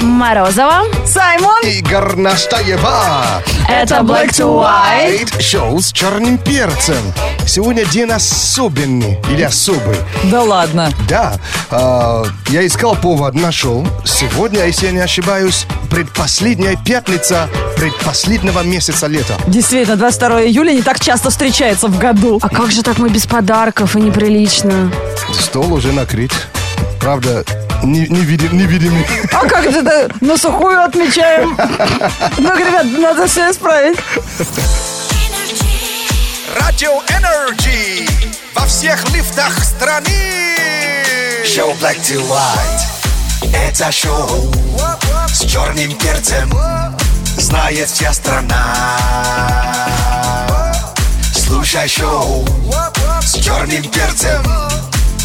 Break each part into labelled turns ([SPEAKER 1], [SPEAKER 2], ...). [SPEAKER 1] Морозова.
[SPEAKER 2] Саймон.
[SPEAKER 3] И Горнаштаева.
[SPEAKER 1] Это Black to White.
[SPEAKER 3] Шоу с черным перцем. Сегодня день особенный или особый.
[SPEAKER 2] Да ладно.
[SPEAKER 3] Да, э, я искал повод, нашел. Сегодня, если я не ошибаюсь, предпоследняя пятница предпоследнего месяца лета.
[SPEAKER 2] Действительно, 22 июля не так часто встречается в году.
[SPEAKER 1] А как же так мы без подарков и неприлично?
[SPEAKER 3] Стол уже накрыт. Правда, не, невиди- невидимый.
[SPEAKER 2] А как же это на сухую отмечаем? Ну, ребят, надо все исправить.
[SPEAKER 4] Радио Энерджи во всех лифтах страны. Шоу Black to White. Это шоу с черным перцем. Знает вся страна. Слушай шоу с черным перцем.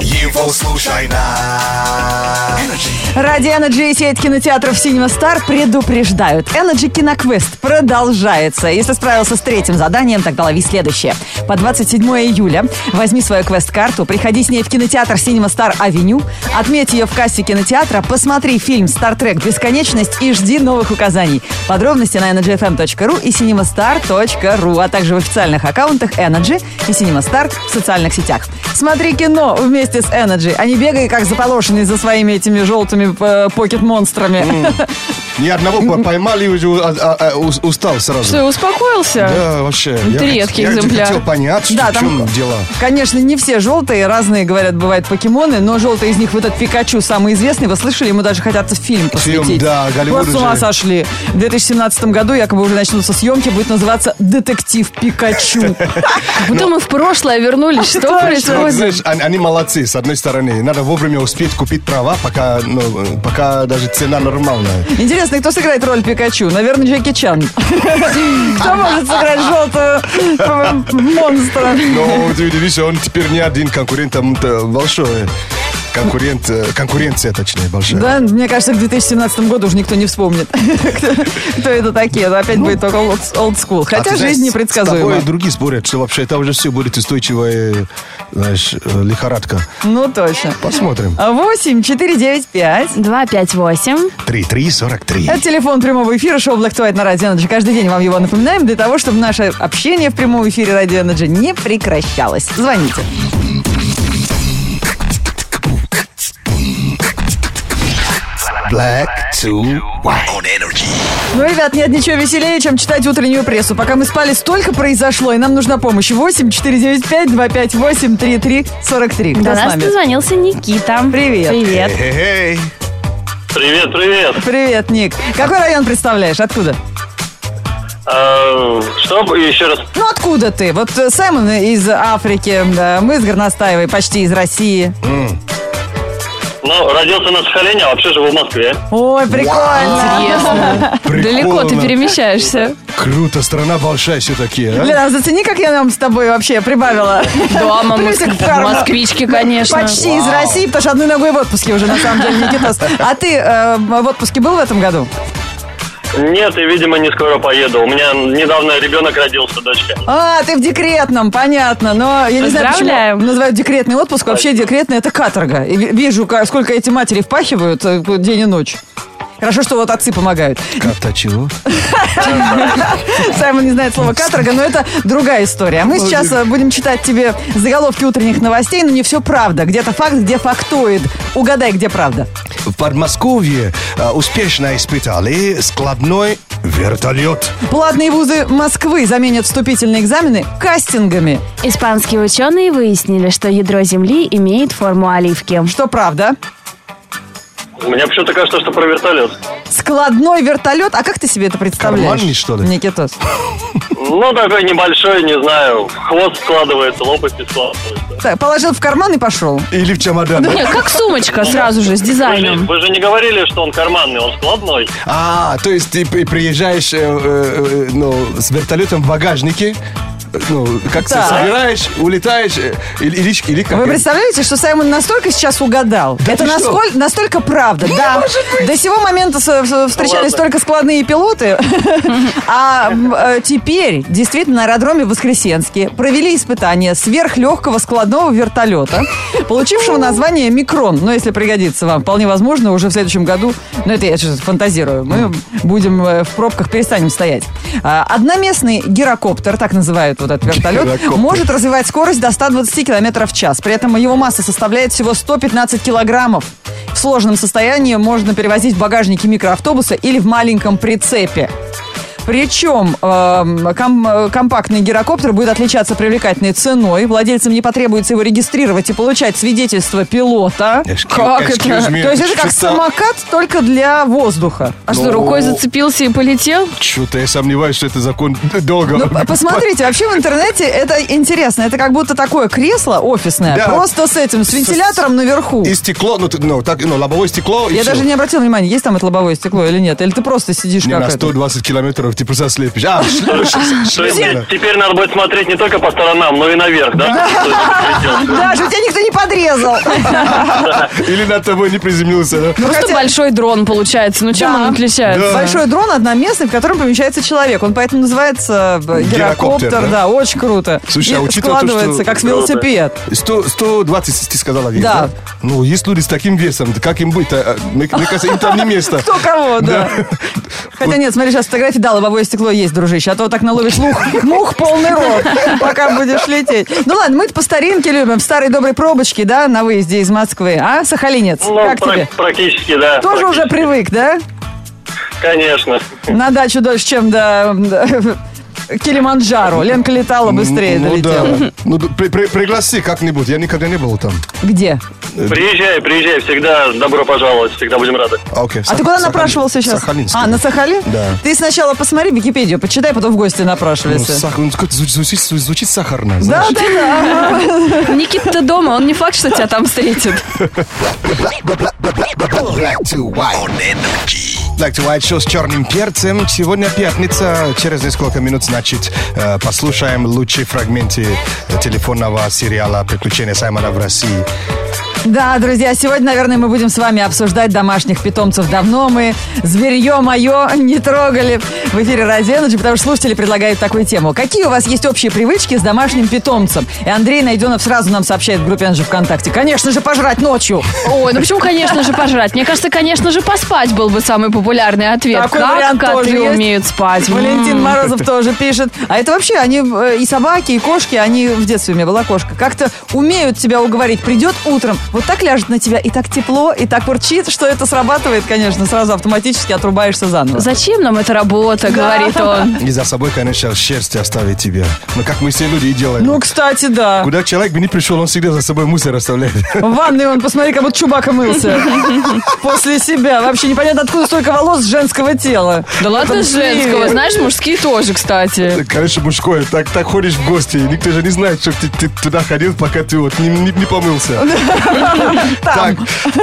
[SPEAKER 4] Его слушай на Energy.
[SPEAKER 2] Ради Energy и сеть кинотеатров Cinema Star предупреждают. Energy Киноквест продолжается. Если справился с третьим заданием, тогда лови следующее. По 27 июля возьми свою квест-карту, приходи с ней в кинотеатр Cinema Star Авеню, отметь ее в кассе кинотеатра, посмотри фильм «Стартрек. Бесконечность» и жди новых указаний. Подробности на energyfm.ru и cinemastar.ru, а также в официальных аккаунтах Energy и CinemaStar в социальных сетях. Смотри кино вместе с Energy, а не бегай как заполошенный за своими этими желтыми э, покет-монстрами.
[SPEAKER 3] Ни одного по- поймали, уже а- а- а, ус- устал сразу.
[SPEAKER 5] Ты успокоился?
[SPEAKER 3] Да, вообще. я
[SPEAKER 5] Ты
[SPEAKER 3] хот-
[SPEAKER 5] редкий
[SPEAKER 3] я
[SPEAKER 5] экземпляр.
[SPEAKER 3] хотел понять, что-
[SPEAKER 2] Да,
[SPEAKER 3] в
[SPEAKER 2] там-
[SPEAKER 3] чем дело.
[SPEAKER 2] Конечно, не все желтые, разные, говорят, бывают покемоны, но желтый из них вот этот Пикачу самый известный, вы слышали, ему даже хотят фильм посвятить.
[SPEAKER 3] да, Голливуд
[SPEAKER 2] Вот с ума
[SPEAKER 3] уже.
[SPEAKER 2] сошли. В 2017 году якобы уже начнутся съемки, будет называться «Детектив Пикачу».
[SPEAKER 5] Как будто мы в прошлое вернулись. Что
[SPEAKER 3] Вот,
[SPEAKER 5] происходит?
[SPEAKER 3] знаешь, они, они молодцы, с одной стороны. Надо вовремя успеть купить права, пока, ну, пока даже цена нормальная.
[SPEAKER 2] Интересно, кто сыграет роль Пикачу? Наверное, Джеки Чан. Кто может сыграть желтого монстра?
[SPEAKER 3] Но ты удивишься, он теперь не один конкурент, там э, большой. Конкурент, э, конкуренция, точнее, большая.
[SPEAKER 2] Да, мне кажется, к 2017 году уже никто не вспомнит, кто- кто это такие. Но Опять будет только олд- олдскул.
[SPEAKER 3] Ну, А ты
[SPEAKER 2] Хотя
[SPEAKER 3] знаешь,
[SPEAKER 2] жизнь
[SPEAKER 3] С тобой
[SPEAKER 2] непредсказуема.
[SPEAKER 3] и другие спорят, что вообще это уже все будет устойчивая, знаешь, э, лихорадка.
[SPEAKER 2] Ну, точно.
[SPEAKER 3] Посмотрим.
[SPEAKER 2] А- 8 495
[SPEAKER 1] 258.
[SPEAKER 3] 3-3-43.
[SPEAKER 2] Это телефон прямого эфира шоу Black to White на Радио Energy. Каждый день вам его напоминаем для того, чтобы наше общение в прямом эфире Радио Energy не прекращалось. Звоните.
[SPEAKER 3] Black to
[SPEAKER 4] On Energy.
[SPEAKER 2] Ну, ребят, нет ничего веселее, чем читать утреннюю прессу. Пока мы спали, столько произошло, и нам нужна помощь. 8 495 258 3343. Кто
[SPEAKER 1] До
[SPEAKER 2] с
[SPEAKER 1] нас
[SPEAKER 2] нами?
[SPEAKER 1] дозвонился Никита.
[SPEAKER 2] Привет.
[SPEAKER 1] Привет.
[SPEAKER 3] Эй,
[SPEAKER 6] Привет, привет.
[SPEAKER 2] Привет, Ник. Какой район представляешь? Откуда?
[SPEAKER 6] Э, Что бы- еще раз?
[SPEAKER 2] Ну, откуда ты? Вот э, Саймон из Африки, э, мы с Горностаевой почти из России.
[SPEAKER 6] Ну, родился на Сахалине, а вообще живу в Москве.
[SPEAKER 2] Ой, прикольно.
[SPEAKER 5] Интересно. Далеко ты
[SPEAKER 3] Прикольно.
[SPEAKER 5] перемещаешься.
[SPEAKER 3] Круто, страна большая все-таки, а?
[SPEAKER 2] Блин, а зацени, как я нам с тобой вообще прибавила.
[SPEAKER 5] Да, мама,
[SPEAKER 2] Плюсик в карму.
[SPEAKER 5] москвички, конечно.
[SPEAKER 2] Почти из России, потому что одной ногой в отпуске уже, на самом деле, Никитос. А ты э, в отпуске был в этом году?
[SPEAKER 6] Нет, и, видимо, не скоро поеду. У меня недавно ребенок родился, дочка.
[SPEAKER 2] А, ты в декретном, понятно. Но я не знаю,
[SPEAKER 5] Поздравляем.
[SPEAKER 2] почему называют декретный отпуск. Вообще декретный – это каторга. И ви- вижу, ка- сколько эти матери впахивают э, день и ночь. Хорошо, что вот отцы помогают.
[SPEAKER 3] Как-то чего?
[SPEAKER 2] Саймон не знает слова каторга, но это другая история. А мы сейчас э, будем читать тебе заголовки утренних новостей, но не все правда. Где-то факт, где фактоид. Угадай, где правда.
[SPEAKER 3] В Подмосковье э, успешно испытали складной вертолет.
[SPEAKER 2] Платные вузы Москвы заменят вступительные экзамены кастингами.
[SPEAKER 1] Испанские ученые выяснили, что ядро Земли имеет форму оливки.
[SPEAKER 2] Что правда?
[SPEAKER 6] Мне почему-то кажется, что про вертолет.
[SPEAKER 2] Складной вертолет. А как ты себе это представляешь?
[SPEAKER 3] Карманный, что ли?
[SPEAKER 2] Никитос.
[SPEAKER 6] Ну, такой небольшой, не знаю. Хвост складывается, лопасти складываются.
[SPEAKER 2] Так, положил в карман и пошел.
[SPEAKER 3] Или в чемодан.
[SPEAKER 5] Нет, как сумочка сразу же, с
[SPEAKER 6] Вы же,
[SPEAKER 5] дизайном.
[SPEAKER 6] вы же не говорили, что он карманный, он складной.
[SPEAKER 3] А, то есть ты при- приезжаешь э, э, э, ну, с вертолетом в багажнике, ну, как
[SPEAKER 2] Да.
[SPEAKER 3] ты собираешь, улетаешь, э, или, или, или как
[SPEAKER 2] Вы
[SPEAKER 3] это?
[SPEAKER 2] представляете, что Саймон настолько сейчас угадал?
[SPEAKER 3] Да
[SPEAKER 2] Это
[SPEAKER 3] ты что?
[SPEAKER 2] насколько, настолько правда. да. До сего момента с- с- встречались
[SPEAKER 6] Ладно.
[SPEAKER 2] только складные пилоты. А м, э, теперь действительно на аэродроме в Воскресенске провели испытание сверхлегкого складного вертолета, получившего название «Микрон». Но если пригодится вам, вполне возможно, уже в следующем году, ну это я сейчас фантазирую, мы будем э, в пробках, перестанем стоять. А, Одноместный гирокоптер, так называют вот этот вертолет,
[SPEAKER 3] Гирокоптер.
[SPEAKER 2] может развивать скорость до 120 км в час. При этом его масса составляет всего 115 килограммов. В сложном состоянии можно перевозить в багажнике микроавтобуса или в маленьком прицепе. Причем эм, ком- э, компактный гирокоптер будет отличаться привлекательной ценой. Владельцам не потребуется его регистрировать и получать свидетельство пилота.
[SPEAKER 3] Excuse-
[SPEAKER 5] Как это?
[SPEAKER 3] excuse me,
[SPEAKER 2] То есть это как
[SPEAKER 3] чё-то-
[SPEAKER 2] самокат, только для воздуха.
[SPEAKER 5] А что, рукой зацепился и полетел?
[SPEAKER 3] Чё-то я сомневаюсь, что это закон долго.
[SPEAKER 2] Ну, п- посмотрите, вообще в интернете это интересно. Это как будто такое кресло офисное,
[SPEAKER 3] Да.
[SPEAKER 2] просто с этим, с вентилятором наверху.
[SPEAKER 3] И стекло, ну, ты- ну, так, ну, лобовое стекло. и
[SPEAKER 2] Я
[SPEAKER 3] всё.
[SPEAKER 2] даже не обратила внимания, есть там это лобовое стекло или нет. Или ты просто сидишь
[SPEAKER 3] Не,
[SPEAKER 2] как
[SPEAKER 3] на
[SPEAKER 2] это.
[SPEAKER 3] 120 километров ты просто слепишь. А, ш- ш-
[SPEAKER 6] То есть
[SPEAKER 3] шлем, да.
[SPEAKER 6] теперь надо будет смотреть не только по сторонам, но и наверх, да? То есть прилетел.
[SPEAKER 2] Даже тебя никто не подрезал.
[SPEAKER 3] Или над тобой не приземлился. да?
[SPEAKER 2] Ну,
[SPEAKER 5] Просто
[SPEAKER 2] хотя-
[SPEAKER 5] большой дрон получается. Ну чем
[SPEAKER 2] Да.
[SPEAKER 5] он отличается?
[SPEAKER 3] Да.
[SPEAKER 2] Большой дрон одноместный, в котором помещается человек. Он поэтому называется э,
[SPEAKER 3] Гирокоптер,
[SPEAKER 2] гирокоптер.
[SPEAKER 3] да?
[SPEAKER 2] Да? очень круто.
[SPEAKER 3] Слушай, а
[SPEAKER 2] И
[SPEAKER 3] учитывая то,
[SPEAKER 2] складывается,
[SPEAKER 3] что-
[SPEAKER 2] как с велосипед.
[SPEAKER 3] Сто- 120, ты сказала, вес,
[SPEAKER 2] Да.
[SPEAKER 3] Ну, есть люди с таким весом, да как им быть? а, а, Мне, мне кажется, им там не место.
[SPEAKER 2] Кто кого, да. Хотя нет, смотри, сейчас фотографии, да, лобовое стекло есть, дружище, а то так наловишь лух, мух полный рот, пока будешь лететь. Ну ладно, мы-то по старинке любим, в старой доброй пробочке, да, на выезде из Москвы. А, Сахалинец,
[SPEAKER 6] Ну,
[SPEAKER 2] как
[SPEAKER 6] прак-
[SPEAKER 2] тебе?
[SPEAKER 6] практически, да.
[SPEAKER 2] Тоже уже
[SPEAKER 6] практически.
[SPEAKER 2] привык, да?
[SPEAKER 6] Конечно.
[SPEAKER 2] На дачу дольше, чем до м, Килиманджаро. Ленка летала быстрее,
[SPEAKER 3] Ну,
[SPEAKER 2] долетела.
[SPEAKER 3] да. Ну, да, при- при- пригласи как-нибудь, я никогда не был там.
[SPEAKER 2] Где?
[SPEAKER 6] Приезжай, приезжай, всегда добро пожаловать, всегда будем рады.
[SPEAKER 3] А, окей,
[SPEAKER 2] А
[SPEAKER 3] Сах-
[SPEAKER 2] ты куда
[SPEAKER 3] Сахалин.
[SPEAKER 2] напрашивался сейчас?
[SPEAKER 3] Сахалинск.
[SPEAKER 2] А, на Сахалин?
[SPEAKER 3] Да.
[SPEAKER 2] Ты сначала посмотри Википедию, почитай, потом в гости
[SPEAKER 3] Ну,
[SPEAKER 2] напрашивайся.
[SPEAKER 3] сах- ну, как-то звучит, звучит- звучит сахарно,
[SPEAKER 2] да,
[SPEAKER 3] знаешь.
[SPEAKER 2] да, да.
[SPEAKER 5] Никита ты дома, он не факт, что тебя там встретит.
[SPEAKER 4] Black to white. On energy.
[SPEAKER 3] Black to White Show с черным перцем. Сегодня пятница. Через несколько минут, значит, э, послушаем лучшие фрагменты э, телефонного сериала «Приключения Саймона в России».
[SPEAKER 2] Да, друзья, сегодня, наверное, мы будем с вами обсуждать домашних питомцев. Давно мы зверье мое не трогали в эфире Радио Energy, потому что слушатели предлагают такую тему. Какие у вас есть общие привычки с домашним питомцем? И Андрей Найденов сразу нам сообщает в группе Energy ВКонтакте. Конечно же, пожрать ночью.
[SPEAKER 5] Ой, ну почему, конечно же, пожрать? Мне кажется, конечно же, поспать был бы самый популярный ответ.
[SPEAKER 2] Такой
[SPEAKER 5] Как
[SPEAKER 2] вариант тоже
[SPEAKER 5] коты
[SPEAKER 2] есть.
[SPEAKER 5] умеют спать?
[SPEAKER 2] Валентин
[SPEAKER 5] М.
[SPEAKER 2] Морозов тоже пишет. А это вообще, они э, и собаки, и кошки, они в детстве у меня была кошка, как-то умеют тебя уговорить. Придет утром, вот так ляжет на тебя, и так тепло, и так урчит, что это срабатывает, конечно, сразу автоматически отрубаешься заново.
[SPEAKER 5] Зачем нам эта работа, говорит он.
[SPEAKER 3] И за собой, конечно, шерсть оставить тебе. Но как мы все люди и делаем.
[SPEAKER 2] Ну, кстати, да.
[SPEAKER 3] Куда человек бы не пришел, он всегда за собой мусор оставляет.
[SPEAKER 2] В ванной он, посмотри, как будто чубака мылся. После себя. Вообще непонятно, откуда столько волос с женского тела.
[SPEAKER 5] Да ладно,
[SPEAKER 2] Он
[SPEAKER 5] с женского.
[SPEAKER 2] сливе.
[SPEAKER 5] Знаешь, мужские тоже, кстати.
[SPEAKER 3] Конечно, мужское. Так, так ходишь в гости. Никто же не знает, что ты, ты туда ходил, пока ты вот не, не- не помылся. Так,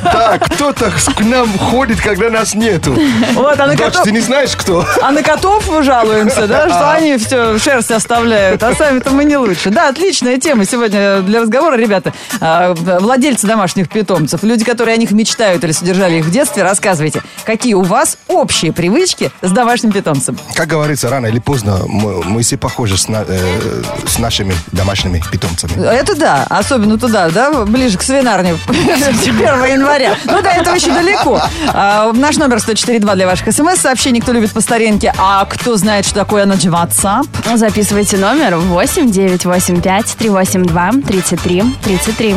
[SPEAKER 3] так, кто-то к нам ходит, когда нас нету.
[SPEAKER 2] Вот, а на
[SPEAKER 3] Дочь,
[SPEAKER 2] котов,
[SPEAKER 3] ты не знаешь, кто?
[SPEAKER 2] а на котов мы жалуемся, да, что они все шерсть оставляют, а сами-то мы не лучше. Да, отличная тема сегодня э, для разговора, ребята. А, Владельцы домашних питомцев, люди, которые о них мечтают или содержали их в детстве, рассказывайте, какие у вас общие привычки с домашним питомцем.
[SPEAKER 3] Как говорится, рано или поздно мы, мы все похожи с, на- э, с нашими домашними питомцами.
[SPEAKER 2] Это да, особенно туда, да, ближе к свинарне, 1 января. Ну да, это очень далеко. А, Наш номер 104.2 для ваших смс-сообщений, кто любит по старинке, а кто знает, что такое Energy WhatsApp.
[SPEAKER 5] Ну,
[SPEAKER 1] Записывайте номер 8 985 382 33 33.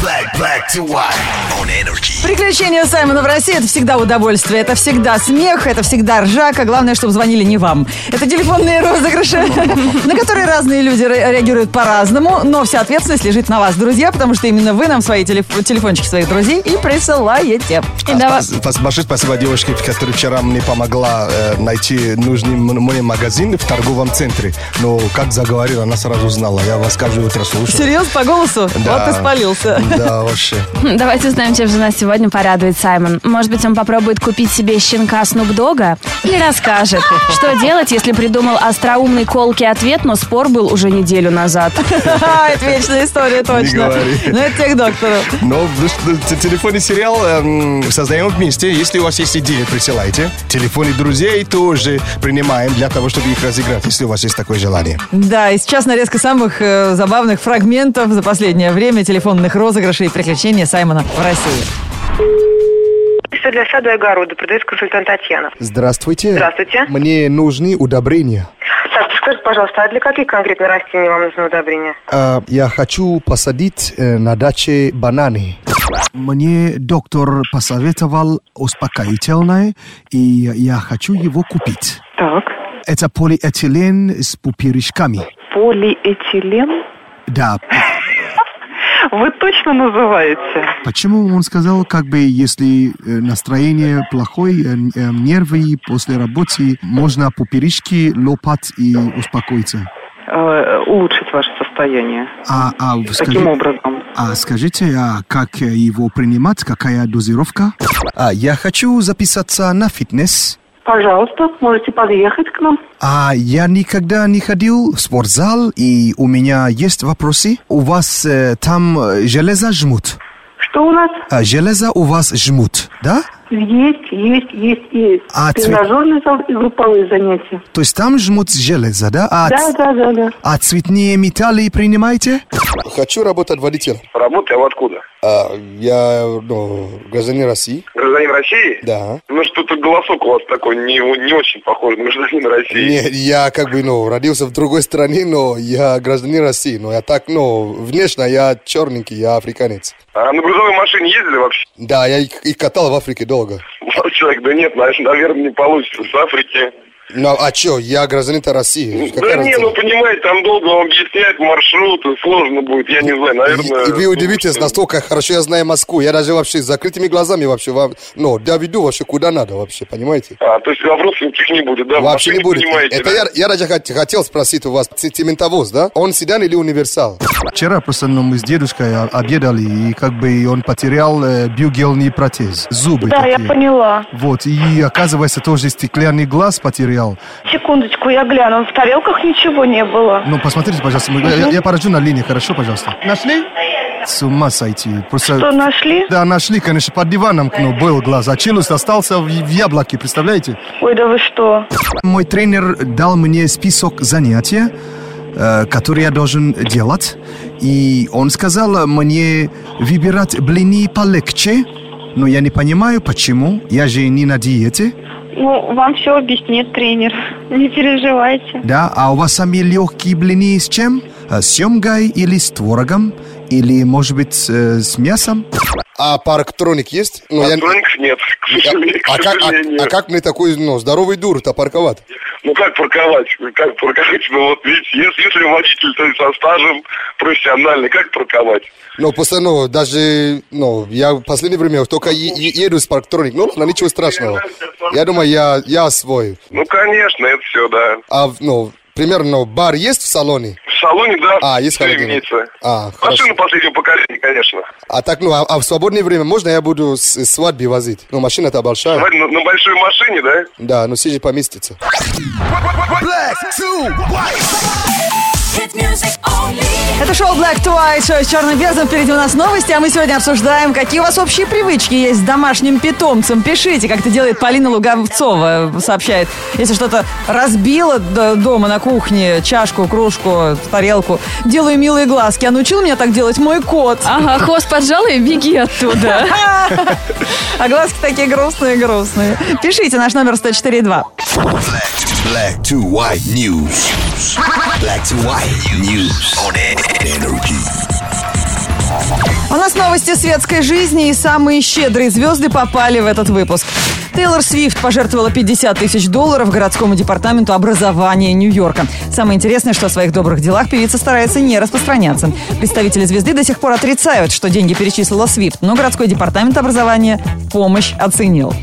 [SPEAKER 4] Black, black to white. On energy.
[SPEAKER 2] Приключения Саймона в России – это всегда удовольствие, это всегда смех, это всегда ржака. Главное, чтобы звонили не вам. Это телефонные розыгрыши, на которые разные люди ре- реагируют по-разному, но вся ответственность лежит на вас, друзья, потому что именно вы нам свои телеф- телефончики своих друзей и присылаете.
[SPEAKER 5] И давай-
[SPEAKER 3] Спас- спас- Большое спасибо девушке, которая вчера мне помогла э, найти нужный м- мне магазин в торговом центре. Ну, Но как заговорила, она сразу знала. Я вас каждое утро слушаю.
[SPEAKER 2] Серьезно, по голосу? Вот ты спалился.
[SPEAKER 3] Да,
[SPEAKER 7] вообще?
[SPEAKER 1] Хм, Давайте узнаем, чем же нас сегодня порадует Саймон. Может быть, он попробует купить себе щенка Снупдога и расскажет, что делать, если придумал остроумный колкий ответ, но спор был уже неделю назад.
[SPEAKER 2] Это вечная история, точно.
[SPEAKER 7] говори.
[SPEAKER 2] Ну, это тех доктору.
[SPEAKER 7] Но в- в- в- телефонный сериал эм, создаем вместе. Если у вас есть идеи, присылайте. Телефоны друзей тоже принимаем для того, чтобы их разыграть, если у вас есть такое желание.
[SPEAKER 2] Да, и сейчас нарезка самых э, забавных фрагментов за последнее время телефонных розыгрышей и приключений Саймона в России.
[SPEAKER 8] Все для сада и огорода. Продает консультант Татьяна.
[SPEAKER 9] Здравствуйте.
[SPEAKER 8] Здравствуйте.
[SPEAKER 9] Мне нужны удобрения.
[SPEAKER 8] Так, скажите, пожалуйста, а для каких конкретно растений вам нужно удобрение?
[SPEAKER 9] А, я хочу посадить э, на даче бананы.
[SPEAKER 3] Мне доктор посоветовал успокоительное, и я хочу его купить.
[SPEAKER 8] Так,
[SPEAKER 3] Это полиэтилен с пупирышками.
[SPEAKER 8] полиэтилен.
[SPEAKER 3] Да,
[SPEAKER 8] Вы точно называете?
[SPEAKER 3] почему он сказал, как бы, если э, настроение плохое, э, н- э, нервы после работы, можно пупирышки лопать и успокоиться.
[SPEAKER 8] э, улучшить ваше состояние.
[SPEAKER 3] А, а, вы скажи-
[SPEAKER 8] образом?
[SPEAKER 3] а скажите, а как э, его принимать, какая дозировка?
[SPEAKER 9] А, я хочу записаться на фитнес.
[SPEAKER 8] Пожалуйста, можете подъехать к нам.
[SPEAKER 9] А я никогда не ходил в спортзал, и у меня есть вопросы. У вас э, там э, железо жмут.
[SPEAKER 8] Что у нас?
[SPEAKER 9] А, железо у вас жмут, да?
[SPEAKER 8] Есть, есть, есть, есть.
[SPEAKER 9] А цве-
[SPEAKER 8] Тренажерный зал и групповые занятия.
[SPEAKER 9] То есть там жмут железо, да? А,
[SPEAKER 8] Да,
[SPEAKER 9] ц-
[SPEAKER 8] да, да, да.
[SPEAKER 9] а цветные металлы принимаете? Хочу работать водителем.
[SPEAKER 10] Работаю, а вы откуда?
[SPEAKER 9] я гражданин России,
[SPEAKER 10] Гражданин России?
[SPEAKER 9] да.
[SPEAKER 10] Ну что-то голосок у вас такой не, не очень похож на гражданина России.
[SPEAKER 9] Нет, я как бы, ну, родился в другой стране, но я гражданин России, но я так, ну, внешне я черненький, я африканец.
[SPEAKER 10] А на грузовой машине ездили вообще?
[SPEAKER 9] Да, я и, и катал в Африке долго.
[SPEAKER 10] Человек, да нет, наверное, не получится. С Африки.
[SPEAKER 9] Ну, а чё, я гражданин России.
[SPEAKER 10] Да не, ну понимаете, там долго вам объяснять маршруты, сложно будет, я не знаю, наверное...
[SPEAKER 9] Ну, И, и вы удивитесь, настолько хорошо я знаю Москву. Я даже вообще с закрытыми глазами вообще вам... Ну, доведу вообще куда надо вообще, понимаете?
[SPEAKER 10] А, то есть вопросов никаких не будет, да?
[SPEAKER 9] Вообще
[SPEAKER 10] Вы
[SPEAKER 9] не будет.
[SPEAKER 10] Понимаете, да?
[SPEAKER 9] Это я, я даже хот- хотел спросить у вас, ц- цементовоз, да? Он седан или универсал?
[SPEAKER 3] Вчера просто ну, мы с дедушкой о- обедали, и как бы он потерял э, бюгельный протез. Зубы
[SPEAKER 8] Да, я
[SPEAKER 3] такие.
[SPEAKER 8] поняла.
[SPEAKER 3] Вот, и оказывается, тоже стеклянный глаз потерял.
[SPEAKER 8] Секундочку, я гляну. В тарелках ничего не было.
[SPEAKER 3] Ну, посмотрите, пожалуйста, мы- я, я поражу на линии, хорошо, пожалуйста? Нашли? С ума сойти. Просто...
[SPEAKER 8] Что, нашли?
[SPEAKER 3] Да, нашли, конечно, под диваном ну, был глаз, а челюсть остался в, в яблоке, представляете?
[SPEAKER 8] Ой, да вы что?
[SPEAKER 3] Мой тренер дал мне список занятий, э, которые я должен делать. И он сказал мне выбирать блины полегче. Но я не понимаю, почему. Я же не на диете.
[SPEAKER 8] Ну, вам все объяснит тренер. Не переживайте.
[SPEAKER 3] Да, а у вас самые легкие блины с чем? Э, С семгой или с творогом? Или, может быть, э, с мясом?
[SPEAKER 9] А парктроник есть? Ну, я-
[SPEAKER 10] Электроников нет, к сожалению.
[SPEAKER 9] А,
[SPEAKER 10] к
[SPEAKER 9] как,
[SPEAKER 10] сожалению.
[SPEAKER 9] а, а как мне такой, ну, здоровый дур-то парковать?
[SPEAKER 10] Ну как парковать? Как парковать? Ну вот видите, если, если водитель то есть со стажем профессиональный, как парковать?
[SPEAKER 9] Ну, просто, ну, даже, ну, я в последнее время только е- е- еду с парктроник. Ну, ладно, ничего страшного. Я думаю, я, я свой.
[SPEAKER 10] Ну конечно, это все, да.
[SPEAKER 9] А, в- ну, примерно, бар есть в салоне?
[SPEAKER 10] В салоне, да,
[SPEAKER 9] А, есть
[SPEAKER 10] всё
[SPEAKER 9] холодильник.
[SPEAKER 10] имеется.
[SPEAKER 9] А,
[SPEAKER 10] Машина
[SPEAKER 9] хорошо.
[SPEAKER 10] последнего поколения, конечно.
[SPEAKER 9] А так, ну, а, а в свободное время можно я буду с свадьбы возить? Ну, машина-то большая.
[SPEAKER 10] Давай На, на большой машине, да?
[SPEAKER 9] Да, но все же поместится.
[SPEAKER 2] Это шоу Black to White, шоу с черным бездом. Впереди у нас новости, а мы сегодня обсуждаем, какие у вас общие привычки есть с домашним питомцем. Пишите, как это делает Полина Луговцова, сообщает. Если что-то разбила д- дома на кухне, чашку, кружку, тарелку, делаю милые глазки. А научил меня так делать мой кот.
[SPEAKER 11] Ага, хвост поджала и беги оттуда.
[SPEAKER 2] А глазки такие грустные-грустные. Пишите, наш номер 104.2.
[SPEAKER 4] Black to white news. Black to white news on energy.
[SPEAKER 2] У нас новости светской жизни и самые щедрые звезды попали в этот выпуск. Тейлор Свифт пожертвовала 50 тысяч долларов городскому департаменту образования Нью-Йорка. Самое интересное, что о своих добрых делах певица старается не распространяться. Представители звезды до сих пор отрицают, что деньги перечислила Свифт, но городской департамент образования помощь оценил.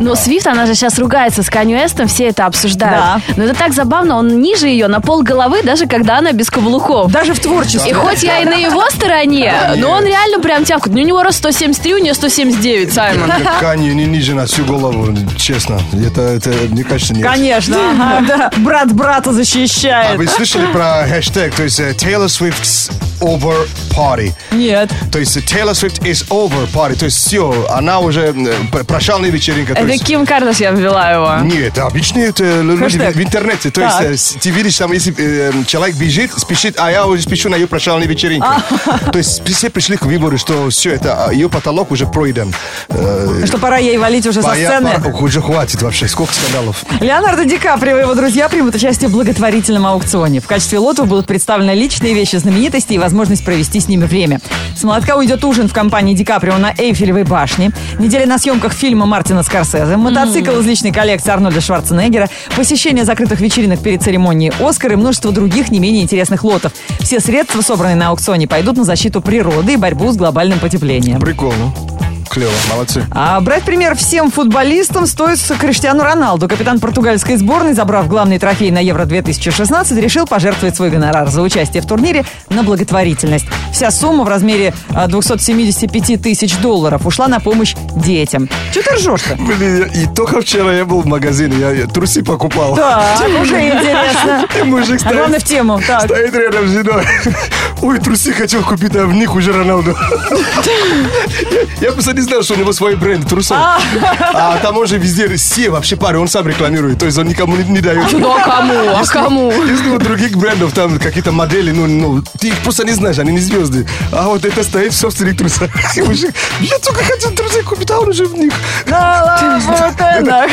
[SPEAKER 1] Но Свифт, она же сейчас ругается с Канье Уэстом, все это обсуждают. Но это так забавно, он ниже ее на пол головы, даже когда она без каблуков.
[SPEAKER 2] Даже в творчестве.
[SPEAKER 1] И хоть я и на его стороне, но он реально прям тявкает. Ну, У него рост 173, у нее 179, Саймон.
[SPEAKER 9] Канье не ниже на всю голову, честно. Это, это мне кажется, нет.
[SPEAKER 2] Конечно, ага, да. брат брата защищает.
[SPEAKER 9] А вы слышали про хэштег, то есть э, Taylor Swift's over party?
[SPEAKER 2] Нет.
[SPEAKER 9] То есть э, Taylor Swift is over party, то есть все, она уже э, пр- прощальная вечеринка. то
[SPEAKER 1] Это
[SPEAKER 9] есть-
[SPEAKER 1] Ким Кардашьян ввела его.
[SPEAKER 9] Нет, обычно это люди
[SPEAKER 2] Хэштег.
[SPEAKER 9] в в интернете. То есть
[SPEAKER 2] Так.
[SPEAKER 9] э, с- ты видишь, там, если э, человек бежит, спешит, а я уже спешу на ее прощальную вечеринку.
[SPEAKER 2] А.
[SPEAKER 9] То есть все пришли к выбору, что все, это а, ее потолок уже пройден. Э,
[SPEAKER 2] Что пора ей валить уже со
[SPEAKER 9] пора-
[SPEAKER 2] сцены.
[SPEAKER 9] пора- уже хватит вообще, сколько скандалов.
[SPEAKER 2] Леонардо Ди Каприо и его друзья примут участие в благотворительном аукционе. В качестве лотов будут представлены личные вещи знаменитостей и возможность провести с ними время. С молотка уйдет ужин в компании Ди Каприо на Эйфелевой башне, неделя на съемках фильма Мартина Скорсезе, мотоцикл из личной коллекции Арнольда Шварценеггера, посещение закрытых вечеринок перед церемонией «Оскар» и множество других не менее интересных лотов. Все средства, собранные на аукционе, пойдут на защиту природы и борьбу с глобальным потеплением.
[SPEAKER 9] Прикольно. ну. Клево, молодцы.
[SPEAKER 2] А брать пример всем футболистам стоит с Криштиану Роналду. Капитан португальской сборной, забрав главный трофей на Евро-2016, решил пожертвовать свой гонорар за участие в турнире на благотворительность. Вся сумма в размере а, 275 тысяч долларов ушла на помощь детям. Че ты ржешь-то?
[SPEAKER 9] Блин, я- и только вчера я был в магазине, я, я трусы покупал.
[SPEAKER 2] Так, уже интересно.
[SPEAKER 9] И мужик
[SPEAKER 2] А
[SPEAKER 9] стоит,
[SPEAKER 2] Главное в тему. Так.
[SPEAKER 9] стоит рядом с женой. Ой, трусы хотел купить, а в них уже Роналду. Я- Я просто не знал, что у него свой бренд трусов. А там уже везде все вообще пары, он сам рекламирует. То есть он никому не, не дает.
[SPEAKER 12] Ну а кому? А кому?
[SPEAKER 9] Если у других брендов там какие-то модели, ну, ну, ты их просто не знаешь, они не звезды. А вот это стоит в собственных трусах. И мужик, я только хотел трусы купить, а он уже в них.
[SPEAKER 2] Да, вот это.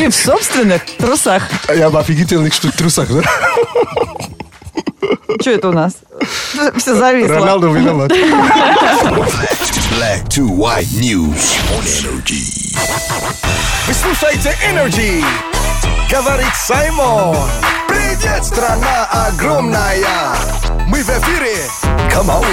[SPEAKER 2] И в собственных трусах.
[SPEAKER 9] А Я в офигительных что- трусах, да?
[SPEAKER 2] Что это у нас? Все зависло.
[SPEAKER 9] Роналду виноват.
[SPEAKER 4] Black to white news on energy. Вы слушаете Energy. Говорит Саймон. Привет, страна огромная. Мы в эфире. Come on.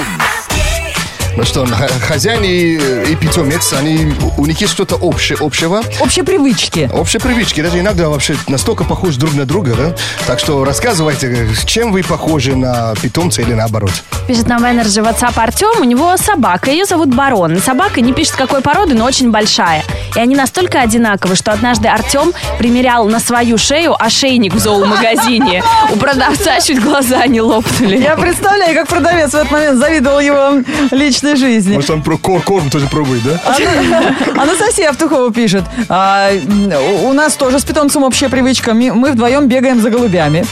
[SPEAKER 9] Ну что, х- хозяин и, и питомец, они, у них есть что-то общее, общего.
[SPEAKER 2] Общие привычки.
[SPEAKER 9] Общие привычки, даже иногда вообще настолько похожи друг на друга, да? Так что рассказывайте, чем вы похожи на питомца или наоборот.
[SPEAKER 1] Пишет нам в Energy WhatsApp Артем, у него собака, ее зовут Барон. И Собака не пишет какой породы, но очень большая. И они настолько одинаковы, что однажды Артем примерял на свою шею ошейник в зоомагазине. У продавца чуть глаза не лопнули.
[SPEAKER 2] Я представляю, как продавец в этот момент завидовал его личной жизни.
[SPEAKER 9] он про кор- корм тоже пробует, да?
[SPEAKER 2] Анастасия Автухова пишет. «А, м, у- у нас тоже с питомцем общая привычка. Ми- Мы вдвоем бегаем за голубями.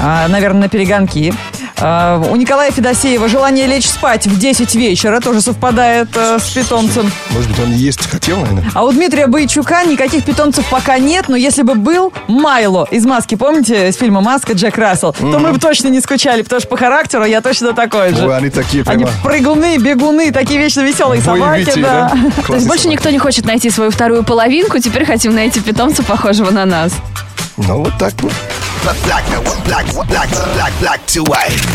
[SPEAKER 2] а, наверное, на перегонки. А, у Николая Федосеева желание лечь спать в 10 вечера тоже совпадает э, с питомцем.
[SPEAKER 9] Может быть, он есть хотел, наверное?
[SPEAKER 2] А у Дмитрия Бойчука никаких питомцев пока нет, но если бы был Майло из «Маски», помните, из фильма «Маска» Джек Рассел, то мы бы точно не скучали, потому что по характеру я точно такой же.
[SPEAKER 9] Ой, они такие
[SPEAKER 2] Они
[SPEAKER 9] прямо...
[SPEAKER 2] прыгуны, бегуны, такие вечно веселые собаки,
[SPEAKER 9] боевитые,
[SPEAKER 2] да.
[SPEAKER 9] да?
[SPEAKER 1] То есть
[SPEAKER 9] Классные
[SPEAKER 1] больше
[SPEAKER 9] собаки.
[SPEAKER 1] никто не хочет найти свою вторую половинку, теперь хотим найти питомца, похожего на нас.
[SPEAKER 9] Ну, вот так вот.
[SPEAKER 4] Black, black, black, black, black to white.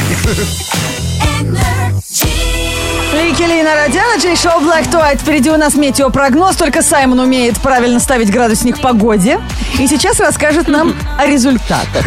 [SPEAKER 2] Рики Ли на Родиана, Джей Шоу Black to White. Впереди у нас метеопрогноз, только Саймон умеет правильно ставить градусник погоде. И сейчас расскажет нам о результатах.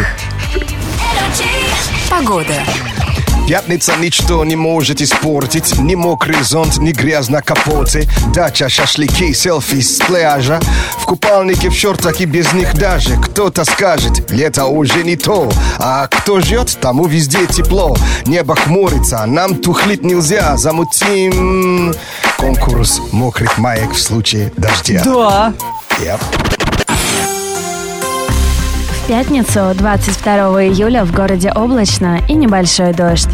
[SPEAKER 9] Пятница ничто не может испортить Ни мокрый зонт, ни грязь на капоте Дача, шашлыки, селфи с пляжа В купальнике, в шортах и без них даже Кто-то скажет, лето уже не то А кто ждет, тому везде тепло Небо хмурится, нам тухлить нельзя Замутим конкурс мокрых маек в случае дождя
[SPEAKER 2] Да.
[SPEAKER 9] Yep.
[SPEAKER 1] В пятницу, 22 июля, в городе облачно и небольшой дождь.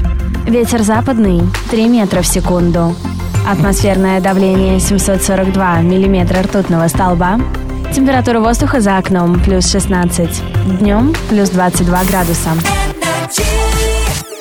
[SPEAKER 1] Ветер западный 3 метра в секунду. Атмосферное давление 742 миллиметра ртутного столба. Температура воздуха за окном плюс 16. Днем плюс 22 градуса.
[SPEAKER 13] Energy.